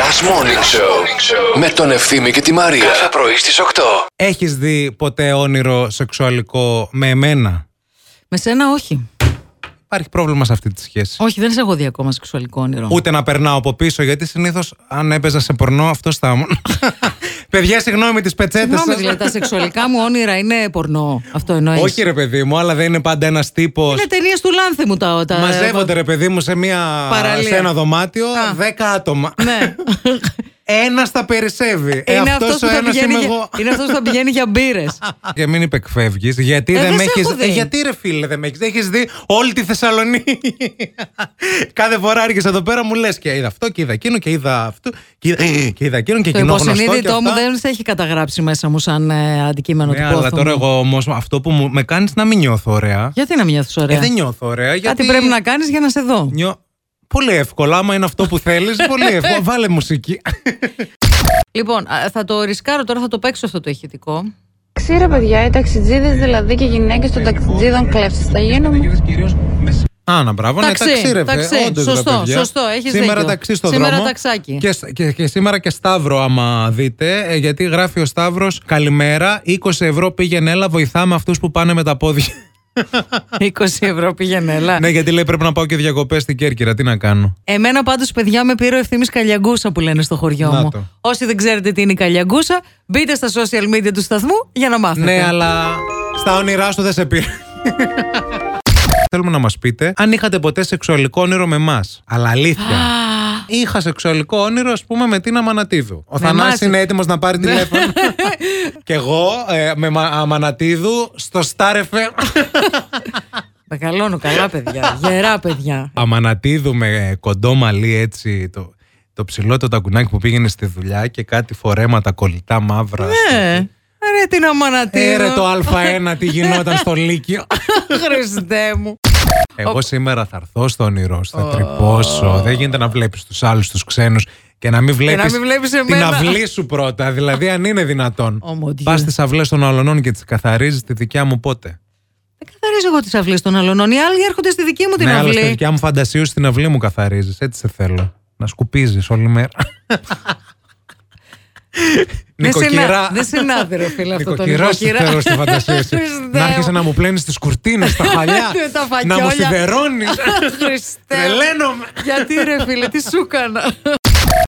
Last Morning Show με τον Ευθύμη και τη Μαρία. Κάθε πρωί στις 8. Έχεις δει ποτέ όνειρο σεξουαλικό με εμένα. Με σένα όχι. Υπάρχει πρόβλημα σε αυτή τη σχέση. Όχι, δεν σε έχω δει ακόμα σεξουαλικό όνειρο. Ούτε να περνάω από πίσω, γιατί συνήθως αν έπαιζα σε πορνό, αυτό θα ήμουν. Παιδιά, συγγνώμη τις πετσέτες Συγγνώμη, σας. δηλαδή τα σεξουαλικά μου όνειρα είναι πορνό. Αυτό εννοείς. Όχι, ρε παιδί μου, αλλά δεν είναι πάντα ένας τύπος. Είναι ταινίες του Λάνθε μου τα. τα Μαζεύονται, ρε παιδί μου, σε, μια... ε, Παραλία. σε ένα δωμάτιο 10 άτομα. Ναι. Ένας τα περισσεύει. Ε, είναι αυτός αυτός που, ο θα ένας πηγαίνει είμαι για- εγώ. είναι αυτός που θα πηγαίνει για μπύρες. Για μην υπεκφεύγεις, γιατί Ε, δεν δεν με σε έχεις- έχω δει. Ε, γιατί ρε φίλε δεν με έχεις. Έχεις δει όλη τη Θεσσαλονίκη. Κάθε φορά άρχισε εδώ πέρα μου λες και είδα αυτό και είδα εκείνο και είδα αυτό και είδα, και είδα εκείνο και Ε, Το κοινό γνωστό. Και υποσυνείδητό μου αυτά. δεν σε έχει καταγράψει μέσα μου σαν ε, αντικείμενο Ναι, του αλλά πόθου. τώρα μου. εγώ όμως αυτό που μου, με κάνεις να μην νιώθω ωραία. Γιατί να νιώθει Ε, ωραία. δεν νιώθω ωραία. Γιατί Ναι. Κάτι πρέπει να κάνεις για να σε δω. νιώ- Πολύ εύκολα, άμα είναι αυτό που θέλεις, πολύ εύκολα. Βάλε μουσική. Λοιπόν, α, θα το ρισκάρω τώρα, θα το παίξω αυτό το ηχητικό. Ξύρε παιδιά, οι ταξιτζίδες δηλαδή και οι γυναίκες των ταξιτζίδων κλέφτε. Θα γίνουμε. Άνα, μπράβο, ναι, Ταξί, ταξί, ρε, βέ, ταξί. όντως, ρε, Σωστό, παιδιά. σωστό, έχεις Σήμερα δίκιο. ταξί στο Σήμερα δρόμο. ταξάκι. Και, σ- και, και σήμερα και Σταύρο, άμα δείτε, ε, γιατί γράφει ο Σταύρος Καλημέρα, 20 ευρώ πήγαινε, έλα, βοηθάμε αυτούς που πάνε με τα πόδια. 20 ευρώ πήγαινε, έλα. ναι, γιατί λέει πρέπει να πάω και διακοπές στην Κέρκυρα, τι να κάνω. Εμένα πάντως παιδιά με πήρε ο ευθύμης Καλιαγκούσα που λένε στο χωριό Να μου. το. Όσοι δεν ξέρετε τι είναι η Καλιαγκούσα, μπείτε στα social media του σταθμού για να μάθετε. ναι, αλλά στα όνειρά σου δεν σε πήρε. Θέλουμε να μας πείτε αν είχατε ποτέ σεξουαλικό όνειρο με εμάς. Αλλά αλήθεια. Είχα σεξουαλικό όνειρο, ας πούμε, με την Αμανατίδου. Ο Με Θανάσης εμάς. Ναι. είναι έτοιμος να πάρει τηλέφωνο. και εγώ ε, με Μα- Αμανατίδου στο Star FM. Πακαλώνω καλά παιδιά, γερά παιδιά. Αμανατίδου με ε, κοντό μαλλί έτσι. Το, το ψηλό το τακουνάκι που πήγαινε στη δουλειά και κάτι φορέματα κολλητά μαύρα. ε, ρε την αμανατήρα. Έρε Ε, το Α1 τι γινόταν στο Λύκειο. Χριστέ μου. Εγώ σήμερα θα έρθω στο όνειρό σου, θα τρυπώσω. Δεν γίνεται να βλέπεις τους άλλους, τους ξένους και να μην βλέπεις μην βλέπεις την εμένα. αυλή σου πρώτα. Δηλαδή, αν είναι δυνατόν. Ω, mon Dieu. Πας στις αυλές των αλωνών και τις καθαρίζεις τη δικιά μου πότε. Δεν καθαρίζω εγώ τις αυλές των αλωνών, οι άλλοι έρχονται στη δική μου την ναι, αλλά στη αυλή. δικιά μου φαντασίου στην αυλή μου καθαρίζεις. Έτσι σε θέλω. Να σκουπίζεις όλη μέρα. Δεν συνά- Νοικοκυρά. δεν συνάδει, ρε φίλε, ναι, αυτό το Νοικοκυρά στη νοικοκυρά. θέλω στη φαντασία σου. Χριστέ να μου. άρχισε να μου πλένεις τις κουρτίνες, τα χαλιά. Ναι, Τα να μου φακιόλια. σιδερώνεις. Χριστέ μου. Τρελαίνομαι. Γιατί ρε φίλε, τι σου έκανα.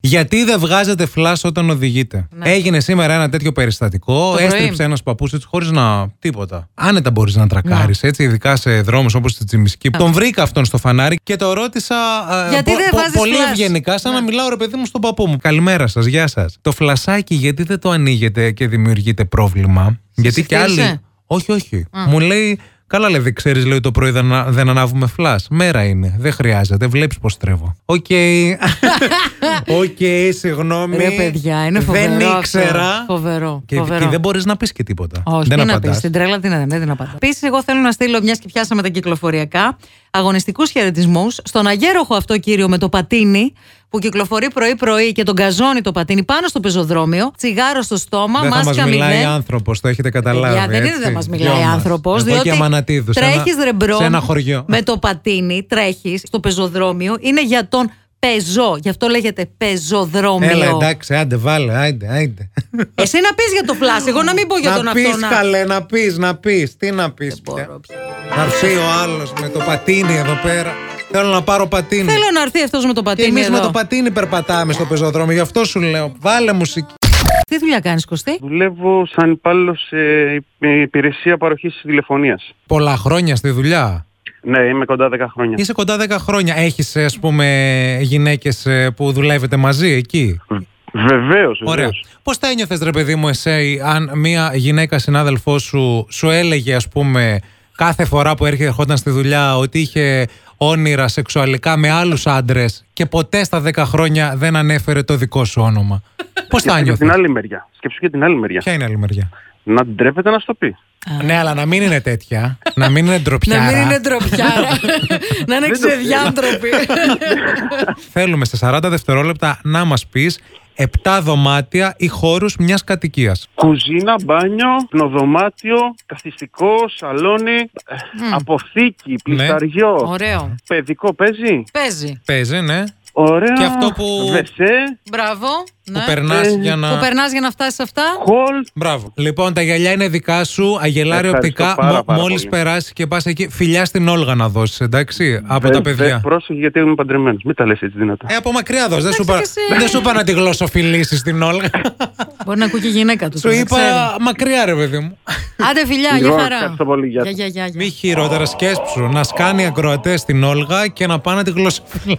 Γιατί δεν βγάζετε φλα όταν οδηγείτε. Έγινε σήμερα ένα τέτοιο περιστατικό. Ναι. πρωί. έστριψε ένας παππούς έτσι χωρίς να. τίποτα. Άνετα μπορείς να τρακάρεις Ναι. έτσι, ειδικά σε δρόμους όπως τη Τσιμισκή. Τον βρήκα αυτόν στο φανάρι και το ρώτησα. ε, Γιατί δεν βάζεις Πολύ φλας? ευγενικά, σαν να Ναι. μιλάω ρε παιδί μου στον παππού μου. Καλημέρα σας, γεια σας. Το φλασάκι γιατί δεν το ανοίγετε και δημιουργείται πρόβλημα. γιατί κι χτύπησε? άλλοι. Όχι, όχι. Μου λέει. Καλά, λέει, δεν ξέρεις, λέει, το πρωί δεν, ανα- δεν ανάβουμε φλα. Μέρα είναι. Δεν χρειάζεται. Βλέπεις πώς τρεύω. Οκ. Οκ, συγγνώμη. Ρε παιδιά, είναι φοβερό. Δεν αυτό. ήξερα. Φοβερό. Και, φοβερό. και δεν μπορείς να πεις και τίποτα. Όχι, δεν τι να πεις. απαντάς. Στην τρέλα τι να ναι, δεν την απαντάς. Επίσης, εγώ θέλω να στείλω, μιας και πιάσαμε τα κυκλοφοριακά, αγωνιστικούς χαιρετισμούς στον αγέροχο αυτό κύριο με το πατίνι που κυκλοφορεί πρωί-πρωί και τον καζώνει το πατίνι πάνω στο πεζοδρόμιο, τσιγάρο στο στόμα, Δεν θα μάσκα μας μιλάει μηδέν. άνθρωπος, το έχετε καταλάβει. Παιδιά, δεν είναι έτσι. δεν μας Δυο μιλάει μας. άνθρωπο. Εγώ Διότι και Αμανατίδους, σε ένα- τρέχεις ρεμπρό Σε ένα χωριό. με το πατίνι, τρέχεις στο πεζοδρόμιο, είναι για τον πεζό. Γι' αυτό λέγεται πεζοδρόμιο. Έλα, εντάξει, άντε, βάλε, άντε, άντε. Εσύ να πεις για το φλάσ, εγώ να μην πω για τον να αυτό. πεις, καλέ, να πεις, να πεις. Τι να πεις. μπορώ πια. Να έρθει ο άλλος με το πατίνι εδώ πέρα. Θέλω να πάρω πατίνι. Θέλω να έρθει αυτός με το Και πατίνι. εμείς με εδώ. το πατίνι περπατάμε στο πεζοδρόμιο. Γι' αυτό σου λέω, βάλε μουσική. Τι δουλειά κάνεις, Κωστή. Δουλεύω σαν υπάλληλος σε υπηρεσία παροχής τηλεφωνίας. Πολλά χρόνια στη δουλειά. Ναι, είμαι κοντά 10 χρόνια. Είσαι κοντά 10 χρόνια. Έχεις, ας πούμε, γυναίκες που δουλεύετε μαζί εκεί. Βεβαίως, Ωραία. βεβαίως. Πώς θα ένιωθες, ρε παιδί μου, εσύ, αν μία γυναίκα συνάδελφός σου σου έλεγε, ας πούμε, κάθε φορά που έρχεται ερχόταν στη δουλειά ότι είχε όνειρα σεξουαλικά με άλλους άντρες και ποτέ στα 10 χρόνια δεν ανέφερε το δικό σου όνομα. Πώς θα Και από την ένιωθε. άλλη μεριά. Σκέψου και την άλλη μεριά. Ποια είναι η άλλη μεριά. Να ντρέπεται να σου το πει. Ναι, αλλά να μην είναι τέτοια. να μην είναι Να μην είναι ντροπιά. ντροπιά. να είναι ξεδιάντροπη. Θέλουμε σε 40 δευτερόλεπτα να μας πεις 7 δωμάτια ή χώρους μιας κατοικίας. Κουζίνα, μπάνιο, πνοδωμάτιο, καθιστικό, σαλόνι, ε, Ναι. αποθήκη, πλησταριό, Ωραίο. παιδικό παίζει. Παίζει. Παίζει, ναι. Ωραία. Και αυτό που- Βεσέ, Μπράβο. Που Ναι. περνάς Ε, για να. Που περνάς για να φτάσεις αυτά. Χολ. Μπράβο. Λοιπόν, τα γυαλιά είναι δικά σου. Αγελάρι Ευχαριστώ οπτικά. πάρα, πάρα Μόλις πολύ. περάσεις και πας εκεί, φιλιά στην Όλγα να δώσεις, εντάξει, από Ε, τα παιδιά. πρόσεχε γιατί είμαι παντρεμένος. Μην τα λες έτσι δυνατά. Ε, από μακριά δώσ'. Δεν σου Εντάξει, είπα- και εσύ. δεν σου είπα να τη γλωσσοφιλήσει την Όλγα. Μπορεί να ακούει και η γυναίκα του. Σου δεν είπα ξέρει. μακριά, ρε παιδί μου. Άντε φιλιά, για Λοιπόν, χαρά. ευχαριστώ πολύ, γεια Γεια, σας. γεια, γεια, γεια. Μη χειρότερα, σκέψου. Να σκάνει ακροατέ την Όλγα και να πάνε τη γλωσσοφιλή.